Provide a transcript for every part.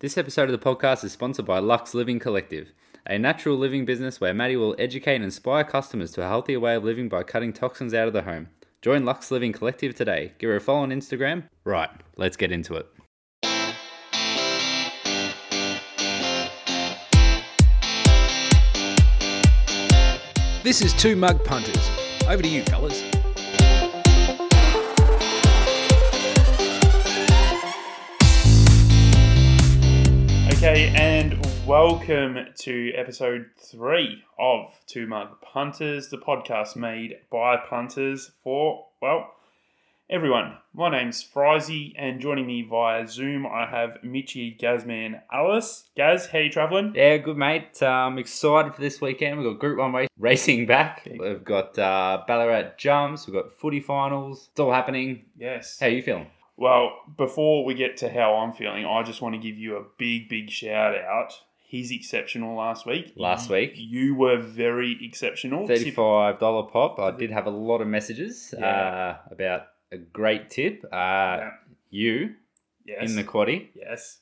This episode of the podcast is sponsored by Lux Living Collective, a natural living business where Maddie will educate and inspire customers to a healthier way of living by cutting toxins out of the home. Join Lux Living Collective today. Give her a follow on Instagram. Right, let's get into it. This is Two Mug Punters. Over to you, fellas. Okay, and welcome to episode three of Two Mug Punters, the podcast made by punters for, well, everyone. My name's Frizy, and joining me via Zoom, I have Michi, Gazman, Alice. Gaz, how you travelling? Yeah, good mate. Um, excited for this weekend. We've got Group 1 race, racing back. Big. We've got uh, Ballarat jumps. We've got footy finals. It's all happening. Yes. How are you feeling? Well, before we get to how I'm feeling, I just want to give you a big, big shout out. He's exceptional last week. Last week. You were very exceptional. Tip- Thirty-five dollar pop. I did have a lot of messages Yeah. uh, about a great tip. Uh, You Yes. in the quaddy, yes.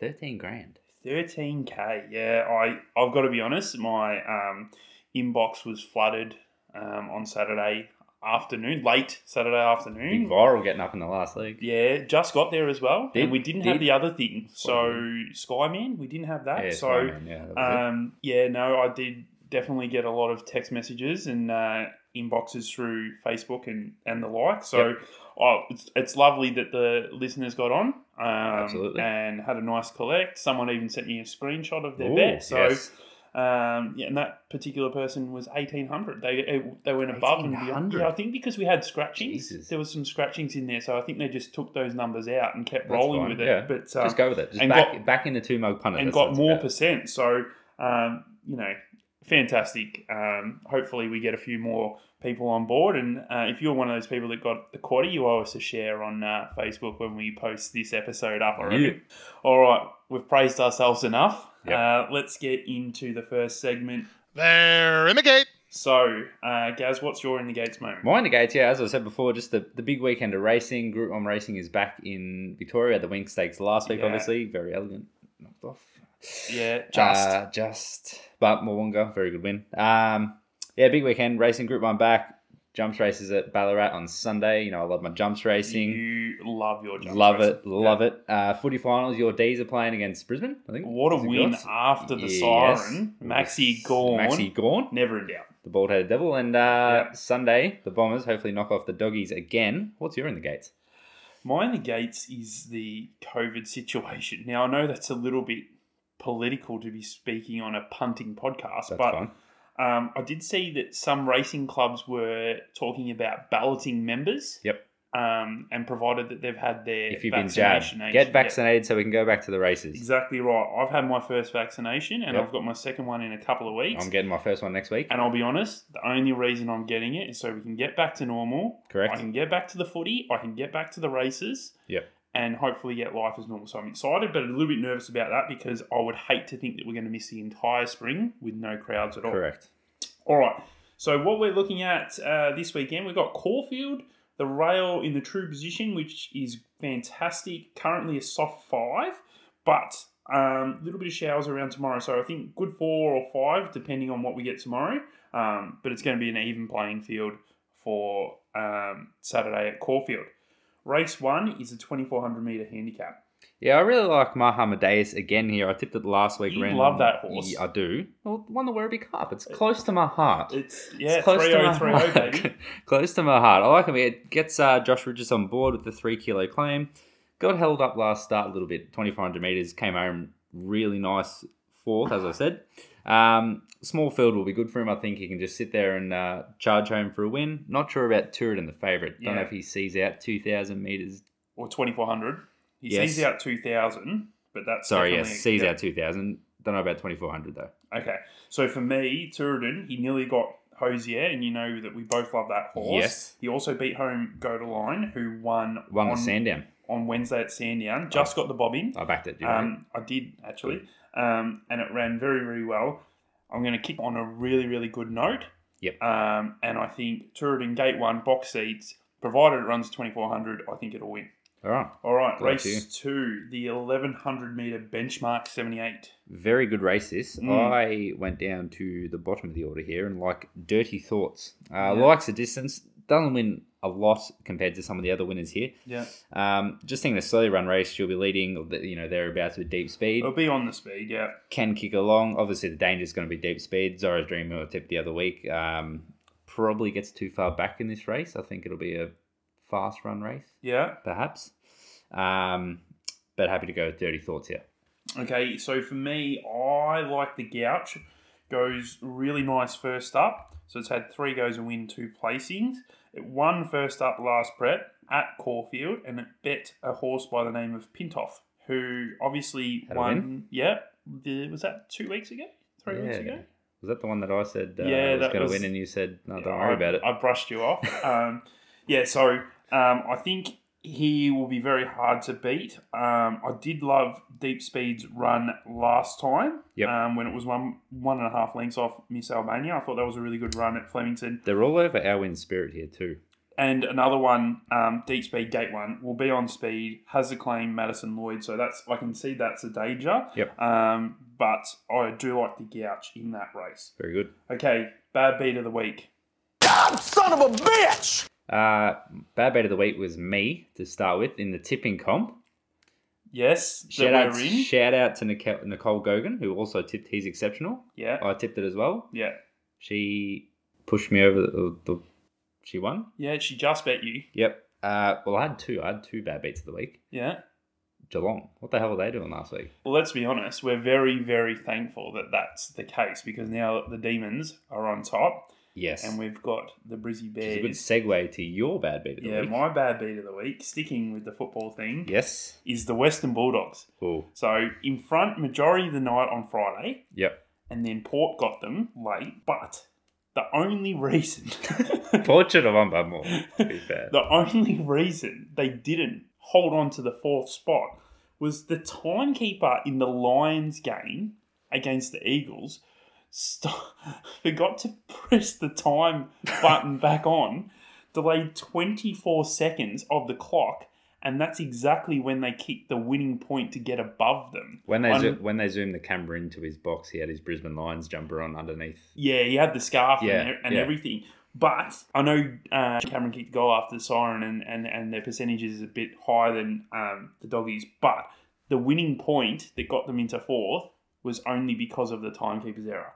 thirteen grand. 13k yeah i i've got to be honest my um inbox was flooded um on saturday afternoon late saturday Big afternoon viral getting up in the last league. Mm. yeah just got there as well Did- and we didn't did- have the other thing so Sorry. skyman we didn't have that Yeah, so sorry, man. Yeah, that was it. um, yeah, no, I did definitely get a lot of text messages and uh, inboxes through Facebook and, and the like. So oh, it's, it's lovely that the listeners got on um, Absolutely. and had a nice collect. Someone even sent me a screenshot of their Ooh, bet. So yes. um, yeah, and that particular person was eighteen hundred. They it, they went above and beyond. 1800? Yeah, I think because we had scratchings, Jesus. there was some scratchings in there. So I think they just took those numbers out and kept That's rolling fine, with it. yeah. But um, just go with it. Just and back, got- back in the two mug punter and that's what got it's more about. percent. So, um, you know, fantastic. Um, hopefully, we get a few more people on board. And uh, if you're one of those people that got the quarter, you owe us a share on uh, Facebook when we post this episode up. I reckon. Yeah. All right, we've praised ourselves enough. Yep. Uh, let's get into the first segment. They're in the gate. So, uh, Gaz, what's your in the gates moment? Mind the gates, yeah, as I said before, just the, the big weekend of racing. Group 1 racing is back in Victoria. The Wink Stakes last week, Yeah. obviously. Very elegant. Knocked off. Yeah, Just. just. But Mwonga, very good win. Um, yeah, big weekend. Racing Group 1 back. Jumps races at Ballarat on Sunday. You know, I love my jumps racing. you love your jump love races. it. Love it. Uh, footy finals, your D's are playing against Brisbane, I think. What a Is it win yours? after the Yes. siren. Maxi Gorn. Maxi Gorn. Never in doubt. the bald headed devil. And uh, Yeah. Sunday, the Bombers hopefully knock off the doggies again. What's your in the gates? My in the gates is the COVID situation. Now, I know that's a little bit political to be speaking on a punting podcast, That's but fun. um, I did see that some racing clubs were talking about balloting members. Yep. Um, and provided that they've had their If you've been jabbed, vaccination age- get yeah, vaccinated so we can go back to the races. exactly right. I've had my first vaccination and Yep. I've got my second one in a couple of weeks. I'm getting my first one next week. and I'll be honest, the only reason I'm getting it is so we can get back to normal. I Correct. can get back to the footy. I can get back to the races. Yep. And hopefully get life as normal. So I'm excited, but a little bit nervous about that because I would hate to think that we're going to miss the entire spring with no crowds at all. Correct. All right. So what we're looking at uh, this weekend, we've got Caulfield, the rail in the true position, which is fantastic. Currently a soft five, but a um, little bit of showers around tomorrow. So I think good four or five, depending on what we get tomorrow. Um, but it's going to be an even playing field for um, Saturday at Caulfield. Race one is a 2400 meter handicap. Yeah, I really like Mahamadeus again here. I tipped it last week. You ran- love that horse. Yeah, I do. Well, won the Werribee Cup. It's close to my heart. It's yeah, it's close to my 3030 heart. oh, baby. close to my heart. I like him. It gets uh, Josh Richards on board with the three kilo claim. Got held up last start a little bit, 2,400 metres. Came home really nice fourth, as I said. Um, small field will be good for him. I think he can just sit there and uh, charge home for a win. Not sure about Turin, the favourite. Don't know Yeah. if he sees out 2,000 metres. Or 2400. He Yes. sees out 2000, but that's Sorry, yes, definitely- sees yeah. out 2,000. Don't know about 2,400 though. Okay. So for me, Turin, he nearly got Hosier, and you know that we both love that horse. Yes. He also beat home Go to Line, who won, One on, with Sandown. Oh, on Wednesday at Sandown. Just got the bobbin. I backed it. didn't I? Um, I did, actually. Um, and it ran very, very well. I'm going to kick on a really, really good note. Yep. Um, and I think Turin Gate 1 box seats, provided it runs 2400, I think it'll win. All right. All right, Good luck race to you. two, the 1100 meter benchmark 78. Very good race this. Mm. I went down to the bottom of the order here and like Dirty Thoughts. Uh, Yeah. Likes the distance, doesn't win a lot compared to some of the other winners here. Yeah, Um, just thinking a slowly run race, she'll be leading, or the- you know, thereabouts with deep speed. it'll be on the speed. Yeah, Can kick along. Obviously, the danger is going to be deep speed. Zara's Dream will tip the other week. Um, probably gets too far back in this race. I think it'll be a fast run race, yeah. perhaps. Um, but happy to go with Dirty Thoughts here. Okay, so for me, I like the Gouch. Goes really nice first up. So it's had three goes and win two placings. It won first up last prep at Caulfield and it bet a horse by the name of Pintoff, who obviously Had a won. Yeah, the, was that two weeks ago? Three weeks Yeah. ago? Was that the one that I said uh, Yeah, was that going to was- win, and you said, "No, Yeah, don't worry I, about it." I brushed you off. um, yeah, so um, I think he will be very hard to beat. Um, I did love Deep Speed's run last time Yep. um, when it was one one and a half lengths off Miss Albania. I thought that was a really good run at Flemington. They're all over our win spirit here too. And another one, um, Deep Speed Gate One, will be on speed. Has the claim Madison Lloyd, so that's I can see that's a danger. Yep. Um, but I do like the gouge in that race. Very good. Okay, bad beat of the week. Uh, bad bet of the week was me to start with in the tipping comp. Yes, Shout that out, we're in. shout out to Nicole, Nicole Gogan, who also tipped He's Exceptional. Yeah, I tipped it as well. yeah. She pushed me over the. the she won? Yeah, she just bet you. Yep. Uh, well, I had two. I had two bad beats of the week. Yeah. Geelong. What the hell were they doing last week? Well, let's be honest. We're very, very thankful that that's the case because now the demons are on top, Yes. and we've got the Brizzy Which is a good Bears. segue to your bad beat of the Yeah, week. my bad beat of the week, sticking with the football thing, Yes. is the Western Bulldogs. Cool. So in front majority of the night on Friday, Yep. and then Port got them late. But the only reason, Fortune of Umbar Moore. To be fair. the only reason they didn't hold on to the fourth spot was the timekeeper in the Lions game against the Eagles st- forgot to press the time button back on, delayed 24 seconds of the clock, and that's exactly when they kicked the winning point to get above them. When they I'm- zo- when they zoomed the camera into his box, he had his Brisbane Lions jumper on underneath. Yeah, he had the scarf Yeah, and, e- and yeah. everything. But I know uh, Cameron kicked the goal after the siren, and, and, and their percentage is a bit higher than um, the doggies. But the winning point that got them into fourth was only because of the timekeeper's error.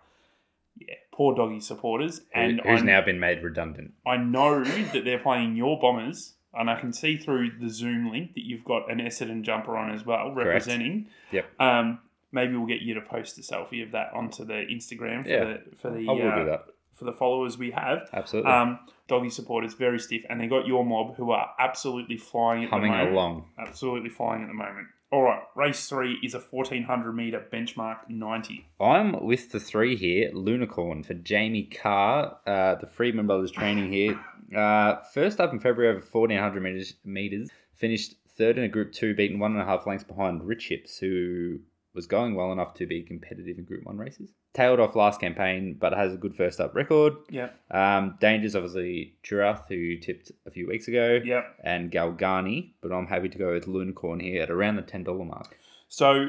Yeah, poor doggy supporters. And And who's I, now been made redundant? I know that they're playing your Bombers, and I can see through the Zoom link that you've got an Essendon jumper on as well, representing. Yep. Um, maybe we'll get you to post a selfie of that onto the Instagram for Yeah. the for the I will uh, do that. for the followers we have. Absolutely. Um, doggy supporters very stiff, and they got your mob who are absolutely flying at Humming the moment. along. Absolutely flying at the moment. All right, race three is a fourteen hundred meter benchmark ninety. I'm with the three here. Lunicorn for Jamie Carr, uh, the Freeman Brothers training here. Uh, first up in February over 1400 meters, meters, finished third in a Group Two, beaten one and a half lengths behind Rich Hips, who was going well enough to be competitive in Group One races. Tailed off last campaign, but has a good first up record. Yeah, Um, Danger's obviously Girath, who tipped a few weeks ago, yeah. and Galgani, but I'm happy to go with Lunicorn here at around the $10 mark. So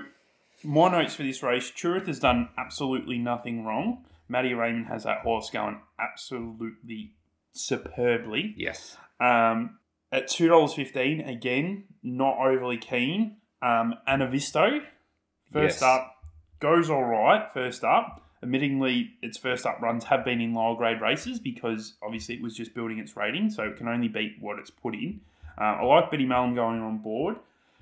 my notes for this race: Turith has done absolutely nothing wrong. Matty Raymond has that horse going absolutely superbly. Yes. Um, at two dollars fifteen, again, not overly keen. Um, Anavisto, Yes. first up, goes all right. First up, admittingly, its first up runs have been in lower grade races because obviously it was just building its rating, so it can only beat what it's put in. Um, I like Betty Malum going on board,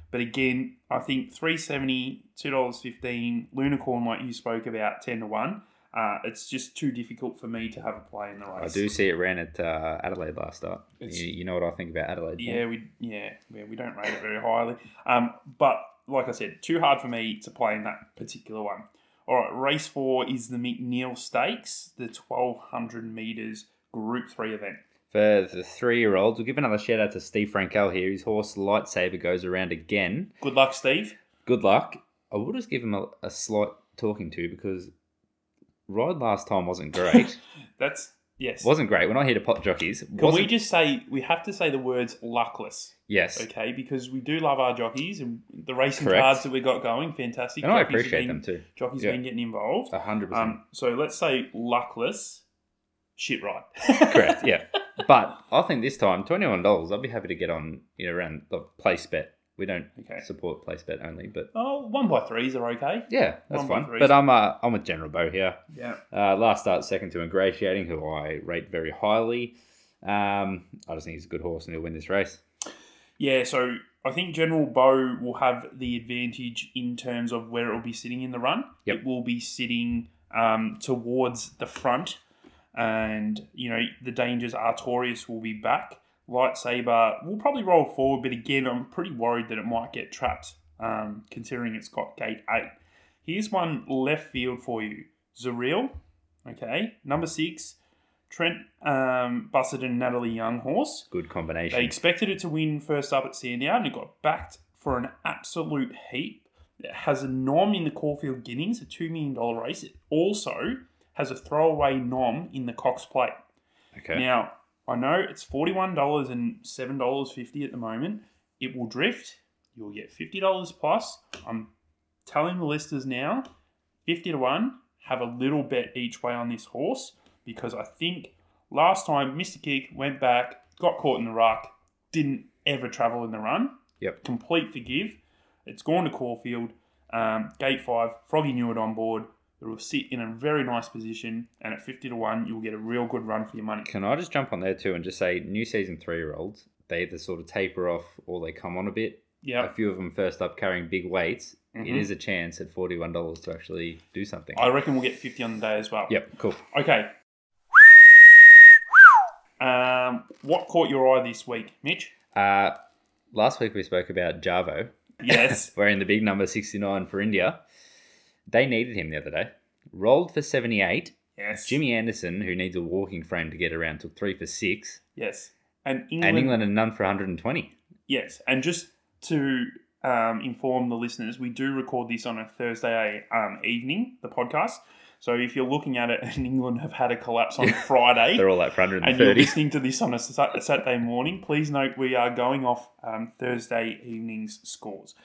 but again, I think three seventy, two dollars fifteen, Lunicorn, like you spoke about, ten to one. Uh, it's just too difficult for me to have a play in the I race. do see it ran at uh, Adelaide last start. It's- You, you know what I think about Adelaide. don't Yeah, we yeah, yeah we don't rate it very highly. Um, but like I said, too hard for me to play in that particular one. All right, race four is the McNeil Stakes, the twelve hundred meters Group Three event. For the three year olds, we'll give another shout out to Steve Frankel here. His horse Lightsaber goes around again. Good luck, Steve. Good luck. I will just give him a, a slight talking to because ride last time wasn't great. That's Yes. Wasn't great. We're not here to pot jockeys. Can Wasn't, we just say we have to say the words luckless, yes. okay? Because we do love our jockeys and the racing Correct. cards that we got going, fantastic. And I Jockeys have appreciate been- them too. Jockey's Yeah. been getting involved. A 100%. Um, so let's say luckless, shit right. Correct, yeah. But I think this time, $21, I'd be happy to get on you know, around the place bet. We don't Okay. support place bet only, but Oh, one by threes are okay. yeah, that's One by fine. threes. But I'm, uh, I'm with General Bo here. Yeah. Uh, last start, second to Ingratiating, who I rate very highly. Um, I just think he's a good horse and he'll win this race. Yeah, so I think General Bow will have the advantage in terms of where it will be sitting in the run. Yep. It will be sitting um, towards the front, and you know the dangers. Artorias will be back. Lightsaber will probably roll forward, but again, I'm pretty worried that it might get trapped, um, considering it's got gate eight. Here's one left field for you, Zareel. Okay, number six, Trent um, Bussard and Natalie Young horse. Good combination. They expected it to win first up at Sandown and it got backed for an absolute heap. It has a nom in the Caulfield Guineas, a $2 million race. It also has a throwaway nom in the Cox Plate. okay. Now, I know it's $41 and $7.50 at the moment. It will drift. You'll get $50 plus. I'm telling the listers now 50 to 1, have a little bet each way on this horse because I think last time Mr. Kick went back, got caught in the ruck, didn't ever travel in the run. Yep. Complete forgive. It's gone to Caulfield. Um, gate five, Froggy knew it on board. It will sit in a very nice position, and at 50 to 1, you'll get a real good run for your money. Can I just jump on there too and just say new season three year olds, they either sort of taper off or they come on a bit. A Yeah. few of them first up carrying big weights. It Mhm. is a chance at $41 to actually do something. I reckon we'll get 50 on the day as well. Yep, cool. Okay. Um, what caught your eye this week, Mitch? Uh, last week we spoke about Jarvo Yes. wearing the big number 69 for India. They needed him the other day. Rolled for 78. yes. Jimmy Anderson, who needs a walking frame to get around, took three for six. Yes. And England. And England and none for 120. Yes. And just to um, inform the listeners, we do record this on a Thursday um, evening, the podcast. So if you're looking at it and England have had a collapse on Friday, They're all out for and you're 130. listening to this on a Sa- Saturday morning, please note we are going off um, Thursday evening's scores.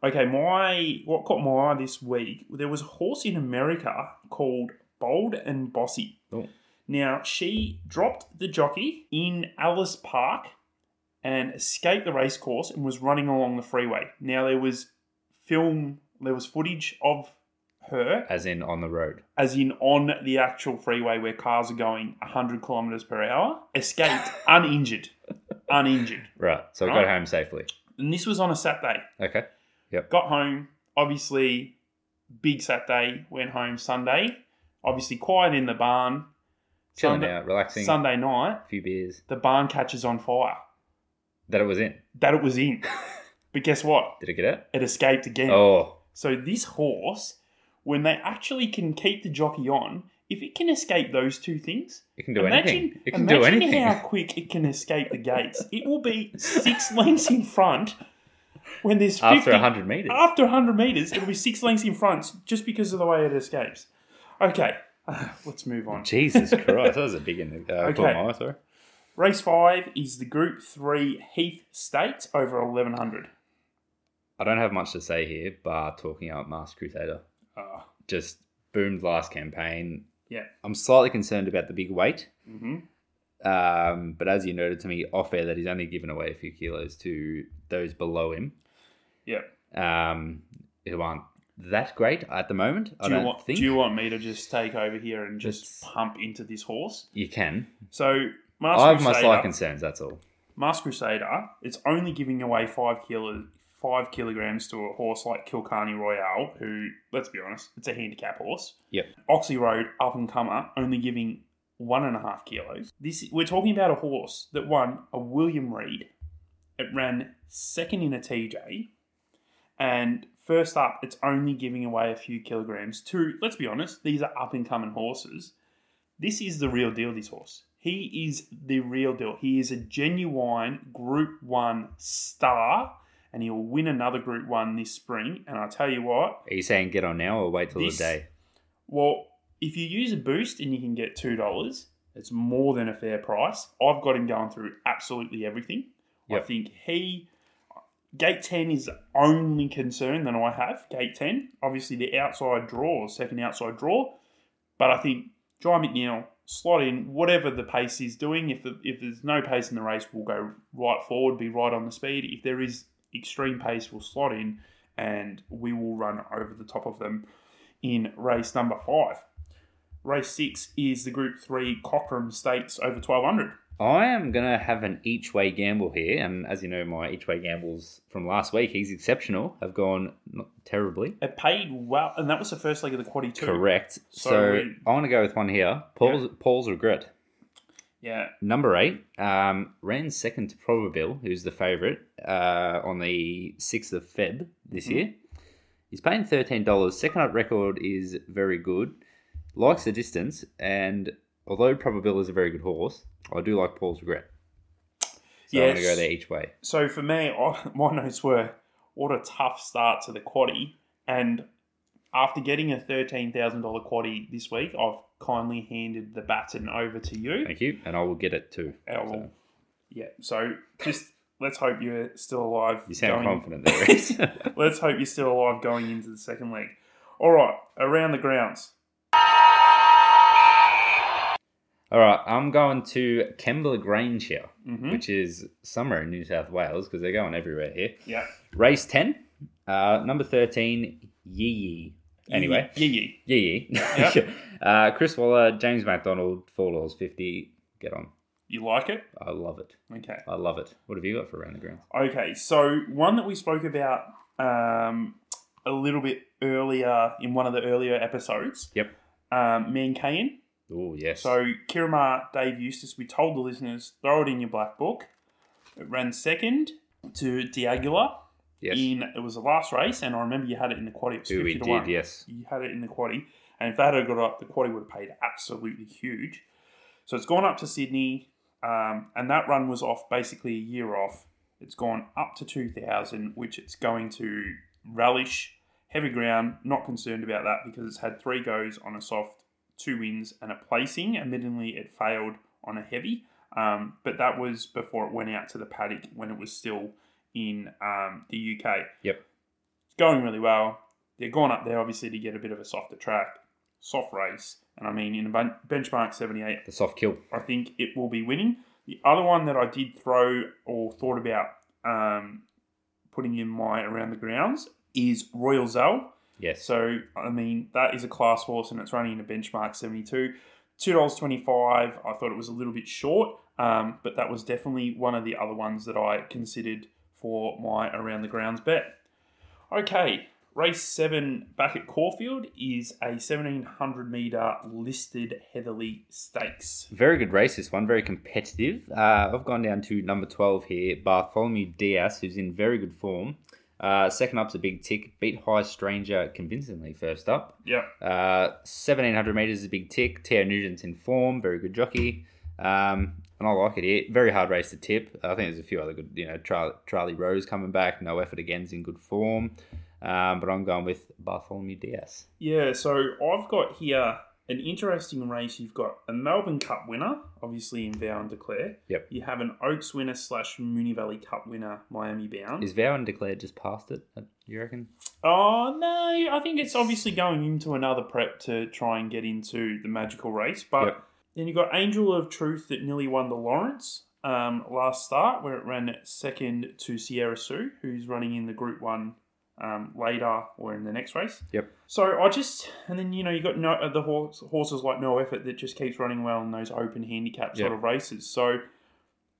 Okay, my what caught my eye this week? There was a horse in America called Bold and Bossy. Oh. Now she dropped the jockey in Alice Park and escaped the racecourse and was running along the freeway. Now there was film, there was footage of her As in on the road. as in on the actual freeway where cars are going 100 kilometers per hour, escaped uninjured. uninjured. Right. So I got Right. home safely. And this was on a Saturday. Okay. Got home, obviously, big Saturday, went home Sunday, obviously, quiet in the barn. Chilling Sunday, out, relaxing, Sunday night, a few beers the barn catches on fire. that it was in. That it was in. but guess what? Did it get out? It escaped again. Oh, So this horse, when they actually can keep the jockey on, if it can escape those two things, it can do imagine, anything. It can do imagine anything. how quick it can escape the gates. It will be six lengths in front when there's 50, After 100 meters. After 100 meters, it'll be six lengths in front just because of the way it escapes. Okay, let's move on. Jesus Christ. That was a big in the uh, Okay. caught my eye, sorry. Race five is the Group Three Heath Stakes over 1100. I don't have much to say here, but talking up Masked Crusader. Ah, Just boomed last campaign. yeah. I'm slightly concerned about the big weight. hmm Um, but as you noted to me off air, that he's only given away a few kilos to those below him, Yeah. um, who aren't that great at the moment. I Do you, don't want, think do you want me to just take over here and just That's- pump into this horse? you can. So, Master I have my Crusader- slight concerns. That's all. Mask Crusader, it's only giving away five kilo, five kilograms to a horse like Kilcarney Royale, who, let's be honest, it's a handicap horse. Yep. Oxy Road, up and comer, only giving one and a half kilos. This we're talking about a horse that won a William Reed. It ran second in a TJ, and first up, it's only giving away a few kilograms to. Let's be honest, these are up and coming horses this is the real deal, this horse. He is the real deal. He is a genuine Group 1 star, and he'll win another Group 1 this spring. And I tell you what, Are you saying get on now or wait till This- the day? well, if you use a boost and you can get $2, It's more than a fair price. I've got him going through absolutely everything. I Yep. think he gate ten is the only concern that I have. Gate ten, obviously the outside draw, second outside draw, but I think Jai McNeil slot in whatever the pace is doing. If the, if there's no pace in the race, we'll go right forward, be right on the speed. If there is extreme pace, we'll slot in and we will run over the top of them in race number five. Race six is the Group Three Cochrane Stakes over twelve hundred. I am going to have an each way gamble here. And as you know, my each way gambles from last week, he's exceptional, have gone not terribly. It paid well, and that was the first leg of the quaddy too. Correct. So, So we- I want to go with one here Paul's, Paul's Regret. Yeah, Number eight um, ran second to Probabil, who's the favourite, uh, on the 6th of Feb this Mm-hmm. year. He's paying $13. Second up record is very good, likes the distance, and although Probabil is a very good horse, I do like Paul's Regret. So I'm going to go Yes. there each way. So for me, I, my notes were what a tough start to the quaddy, and after getting a thirteen thousand dollar quaddy this week, I've kindly handed the baton over to you. Thank you, and I will get it too. I will- So, Yeah, so just let's hope you're still alive. you sound going- confident there, Reece. Let's hope you're still alive going into the second leg. All right, around the grounds. All right, I'm going to Kembla Grange here, hmm which is somewhere in New South Wales because they're going everywhere here. Yeah. Race 10, uh, number 13, Yee Yee. Anyway, Yeah, yeah. Yee Yee. Yep. uh, Chris Waller, James MacDonald, $4.50. Get on. You like it? I love it. Okay. I love it. What have you got for around the ground? Okay, so one that we spoke about um, a little bit earlier in one of the earlier episodes. Yep. Um, Mankayan. Oh, yes. So Kiramar, Dave Eustace, we told the listeners, throw it in your black book. It ran second to Diagula yes. in it was the last race, and I remember you had it in the quaddy. It was Who we fifty to did, one. yes. You had it in the quaddy, and if that had got up, the quaddy would have paid absolutely huge. So it's gone up to Sydney, um, and that run was off basically a year off. It's gone up to 2,000, which it's going to relish. Heavy ground, not concerned about that because it's had three goes on a soft, two wins, and a placing. Admittedly, it failed on a heavy, um, but that was before it went out to the paddock when it was still in um, the UK. Yep. It's going really well. They're gone up there, obviously, to get a bit of a softer track, soft race. And I mean, in a ben- benchmark 78, The soft kill. I think it will be winning. The other one that I did throw or thought about um, putting in my around the grounds is Royal Zell. Yes. So I mean that is a class horse and it's running in a benchmark seventy two, two dollars twenty five. I thought it was a little bit short, um, but that was definitely one of the other ones that I considered for my around the grounds bet. Okay, race seven back at Caulfield is a seventeen hundred meter listed Heatherly Stakes. Very good race, this one. Very competitive. Uh, I've gone down to number 12 here, Bartholomew Diaz, who's in very good form. Uh, second up's a big tick. Beat High Stranger convincingly first up. Yep. Uh, 1700 metres is a big tick. Teo Nugent's in form. Very good jockey. Um, and I like it here. Very hard race to tip. I think there's a few other good, you know, Charlie, Charlie Rose coming back. No effort again's in good form. Um, but I'm going with Bartholomew Diaz. Yeah, so I've got here an interesting race. You've got a Melbourne Cup winner, obviously in Vow and Declare. Yep. You have an Oaks winner slash Mooney Valley Cup winner, Miami Bound. Is Vowan declared just past it, uh, you reckon? oh no, I think it's obviously going into another prep to try and get into the magical race. But Yep. then you've got Angel of Truth that nearly won the Lawrence um, last start, where it ran second to Sierra Sue, who's running in the Group One um, later or in the next race. Yep. So I just, and then you know you got no uh, the horse, horses like no effort that just keeps running well in those open handicap sort Yeah. of races. So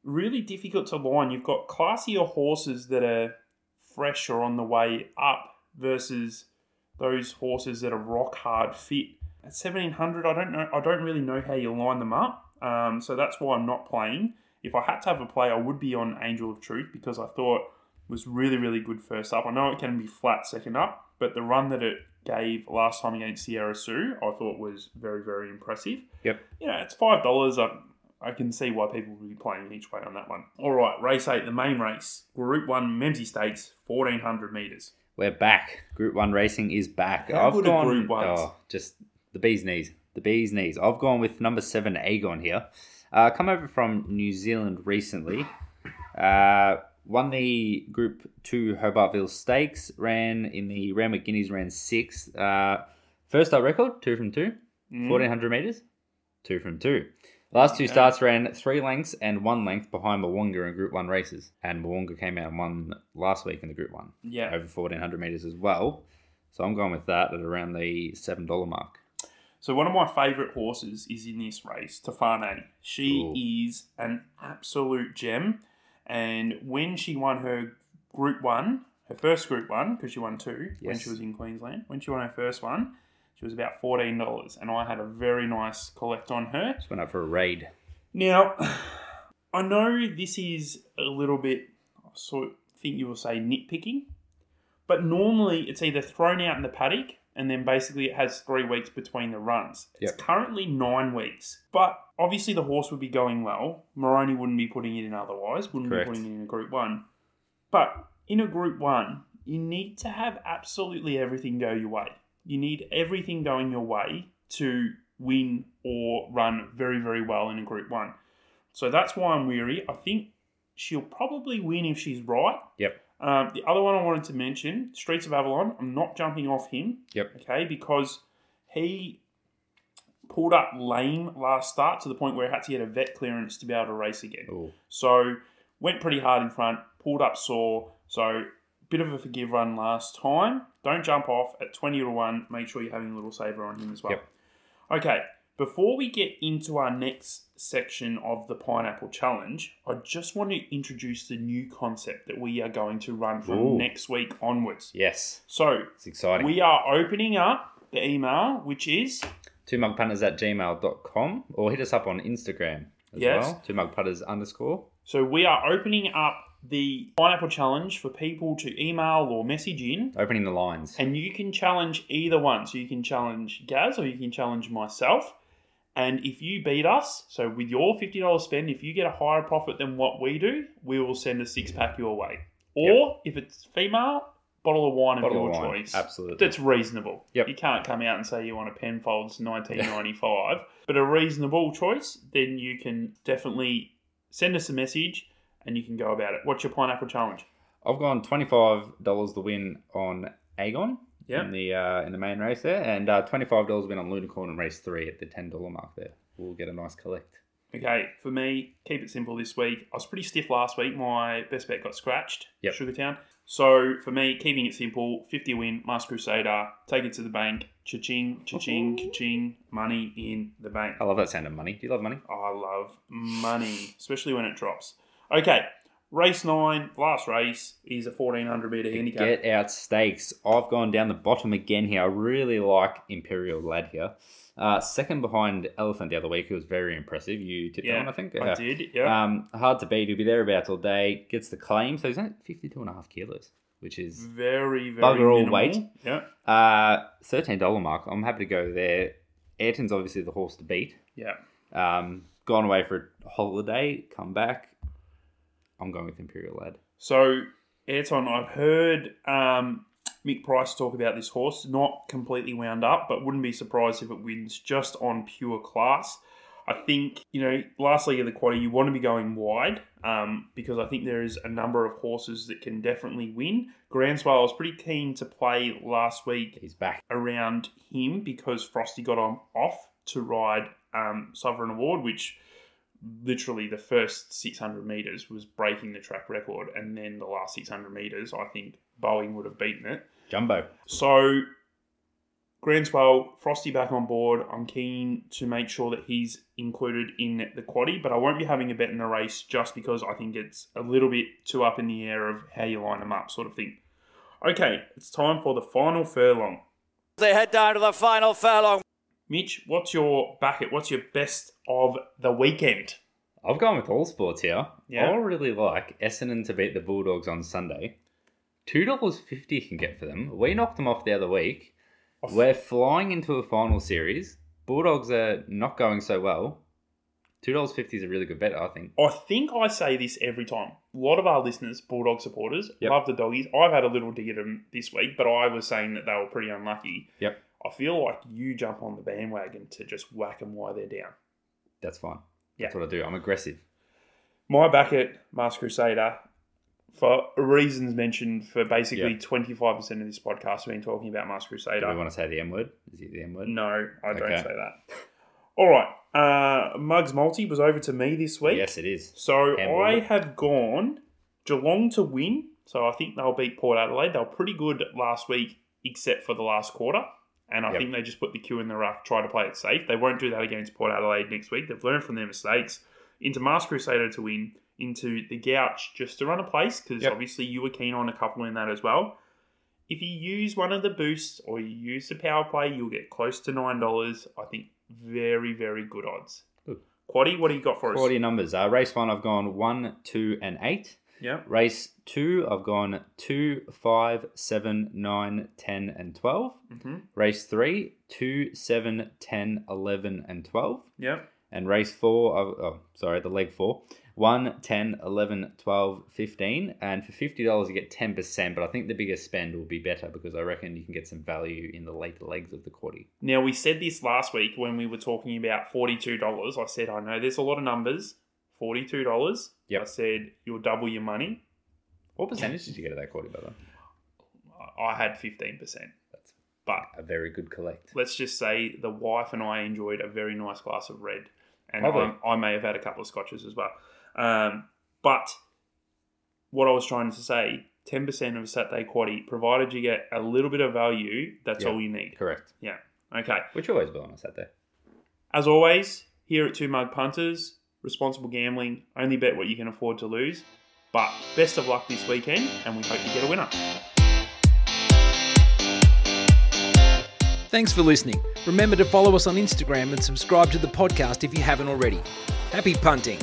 really difficult to line. You've got classier horses that are fresh or on the way up versus those horses that are rock hard fit. At seventeen hundred, I don't know. I don't really know how you line them up. Um, so that's why I'm not playing. If I had to have a play, I would be on Angel of Truth because I thought was really, really good first up. I know it can be flat second up, but the run that it gave last time against Sierra Sue, I thought was very, very impressive. Yep. You know, it's five dollars. I I can see why people will be playing each way on that one. All right, race eight, the main race, Group One, Memsey Stakes, fourteen hundred meters. We're back. Group one racing is back. How I've good are gone Group Ones? oh, just the bee's knees. the bee's knees. I've gone with number seven, Aegon here. Uh, come over from New Zealand recently. Uh, won the Group 2 Hobartville Stakes. Ran in the Ram McGuinness, ran sixth. Uh, first up record, two from two. Mm. 1400 meters, two from two. Last two Okay. starts ran three lengths and one length behind Mwonga in Group 1 races. And Mwonga came out and won last week in the Group 1 Yeah. over 1400 meters as well. So I'm going with that at around the $7 mark. So one of my favourite horses is in this race, Tafane. She is an absolute gem, and when she won her Group One, her first Group One, because she won two when Yes. she was in Queensland. When she won her first one, she was about fourteen dollars, and I had a very nice collect on her. Just went up for a raid. Now, I know this is a little bit, I sort of think you will say nitpicking, but normally it's either thrown out in the paddock and then basically it has three weeks between the runs. It's Yep. currently nine weeks, but obviously the horse would be going well. Moroni wouldn't be putting it in otherwise, wouldn't Correct. be putting it in a group one. But in a group one, you need to have absolutely everything go your way. You need everything going your way to win or run very, very well in a group one. So that's why I'm weary. I think she'll probably win if she's right. Yep. Um, the other one I wanted to mention, Streets of Avalon. I'm not jumping off him. Yep. Okay, because he pulled up lame last start to the point where he had to get a vet clearance to be able to race again. Oh, So went pretty hard in front, pulled up sore. So bit of a forgive run last time. Don't jump off at 20 to 1. Make sure you're having a little saver on him as well. Yep. Okay, before we get into our next section of the Pineapple Challenge, I just want to introduce the new concept that we are going to run from Ooh. next week onwards. yes. So It's exciting. we are opening up the email, which is two mugpunters at gmail.com or hit us up on Instagram as Yes. well. Two mugpunters underscore. so we are opening up the Pineapple Challenge for people to email or message in Opening the lines. And you can challenge either one. So you can challenge Gaz or you can challenge myself. And if you beat us, so with your $50 spend, if you get a higher profit than what we do, we will send a six pack your way. Or if it's female, bottle of wine Bottle of of your wine, choice. absolutely. That's reasonable. Yep. You can't come out and say you want a Penfolds 1995, but a reasonable choice, then you can definitely send us a message and you can go about it. What's your pineapple challenge? I've gone twenty five dollars the win on Aegon Yep. in the uh, in the main race there, and uh, twenty five dollars win on Lunicorn in race three at the ten dollar mark there. We'll get a nice collect. Okay, for me, keep it simple this week. I was pretty stiff last week. My best bet got scratched, Yep. Sugartown. So for me, keeping it simple, 50 win, Mask Crusader, take it to the bank, cha-ching, cha-ching, cha-ching, money in the bank. Oh. I love that sound of money. Do you love money? I love money, especially when it drops. Okay, race nine, last race, is a 1400 metre handicap. Get out stakes. I've gone down the bottom again here. I really like Imperial Lad here. Uh, second behind Elephant the other week, who was very impressive. You tipped that Yeah, one, I think. I did, yeah. Um, hard to beat. He'll be thereabouts all day. Gets the claim. So he's only 52 and a half kilos, which is very, very bugger all minimal. weight. Yeah, Uh, thirteen dollar mark. I'm happy to go there. Ayrton's obviously the horse to beat. yeah. Um, gone away for a holiday, come back. I'm going with Imperial Lad. So, Ayrton, I've heard um, Mick Price talk about this horse, not completely wound up, but wouldn't be surprised if it wins just on pure class. I think, you know, last leg of the quarter, you want to be going wide um, because I think there is a number of horses that can definitely win. Groundswell, I was pretty keen to play last week He's back. around him because Frosty got on off to ride um, Sovereign Award, which literally the first 600 meters was breaking the track record, and then the last 600 meters, I think Boeing would have beaten it. Jumbo. So, Granswell, Frosty back on board. I'm keen to make sure that he's included in the quaddy, but I won't be having a bet in the race just because I think it's a little bit too up in the air of how you line them up, sort of thing. Okay, it's time for the final furlong. They head down to the final furlong. Mitch, what's your bucket? What's your best of the weekend? I've gone with all sports here. Yeah. I really like Essendon to beat the Bulldogs on Sunday. Two dollars fifty you can get for them. We knocked them off the other week. We're flying into a final series. Bulldogs are not going so well. Two dollars fifty is a really good bet, I think. I think I say this every time. A lot of our listeners, Bulldog supporters, Yep. love the doggies. I've had a little dig at them this week, but I was saying that they were pretty unlucky. Yep. I feel like you jump on the bandwagon to just whack them while they're down. That's fine. That's Yeah. what I do. I'm aggressive. My back at Mask Crusader, for reasons mentioned, for basically Yeah. 25% of this podcast, we've been talking about Mask Crusader. Do we want to say the M word? Is it the M word? No, I don't Okay. say that. All right. Uh, Muggs Multi was over to me this week. Yes, it is. So Handball I it. have gone Geelong to win. So I think they'll beat Port Adelaide. They were pretty good last week, except for the last quarter. And I Yep. think they just put the cue in the ruck, try to play it safe. They won't do that against Port Adelaide next week. They've learned from their mistakes. Into Mask Crusader to win. Into the Gouch just to run a place, because Yep. obviously you were keen on a couple in that as well. If you use one of the boosts or you use the power play, you'll get close to $9. I think very, very good odds. Good. Quaddy, what do you got for us? Quality numbers. Uh, race one, I've gone one, two, and eight. Yeah. Race two, I've gone two, five, seven, nine, ten, and 12. Mm-hmm. Race three, two, seven, ten, eleven, and 12. Yep. And race four, oh, oh, sorry, the leg four, 1, 10, 11, 12, 15. And for $50, you get 10%, but I think the bigger spend will be better because I reckon you can get some value in the later legs of the quaddy. Now, we said this last week when we were talking about $42. I said, I know there's a lot of numbers. $42. Yep. I said, you'll double your money. What percentage did you get of that quaddy, by the way? I- I had 15%. That's- But A very good collect. let's just say the wife and I enjoyed a very nice glass of red. And Lovely. I, I may have had a couple of scotches as well. Um, but what I was trying to say 10% of a Saturday quaddy, provided you get a little bit of value, that's Yeah. all you need. Correct. Okay. Which always will on us out there. As always, here at Two Mug Punters, responsible gambling, only bet what you can afford to lose. But best of luck this weekend, and we hope you get a winner. Thanks for listening. Remember to follow us on Instagram and subscribe to the podcast if you haven't already. Happy punting.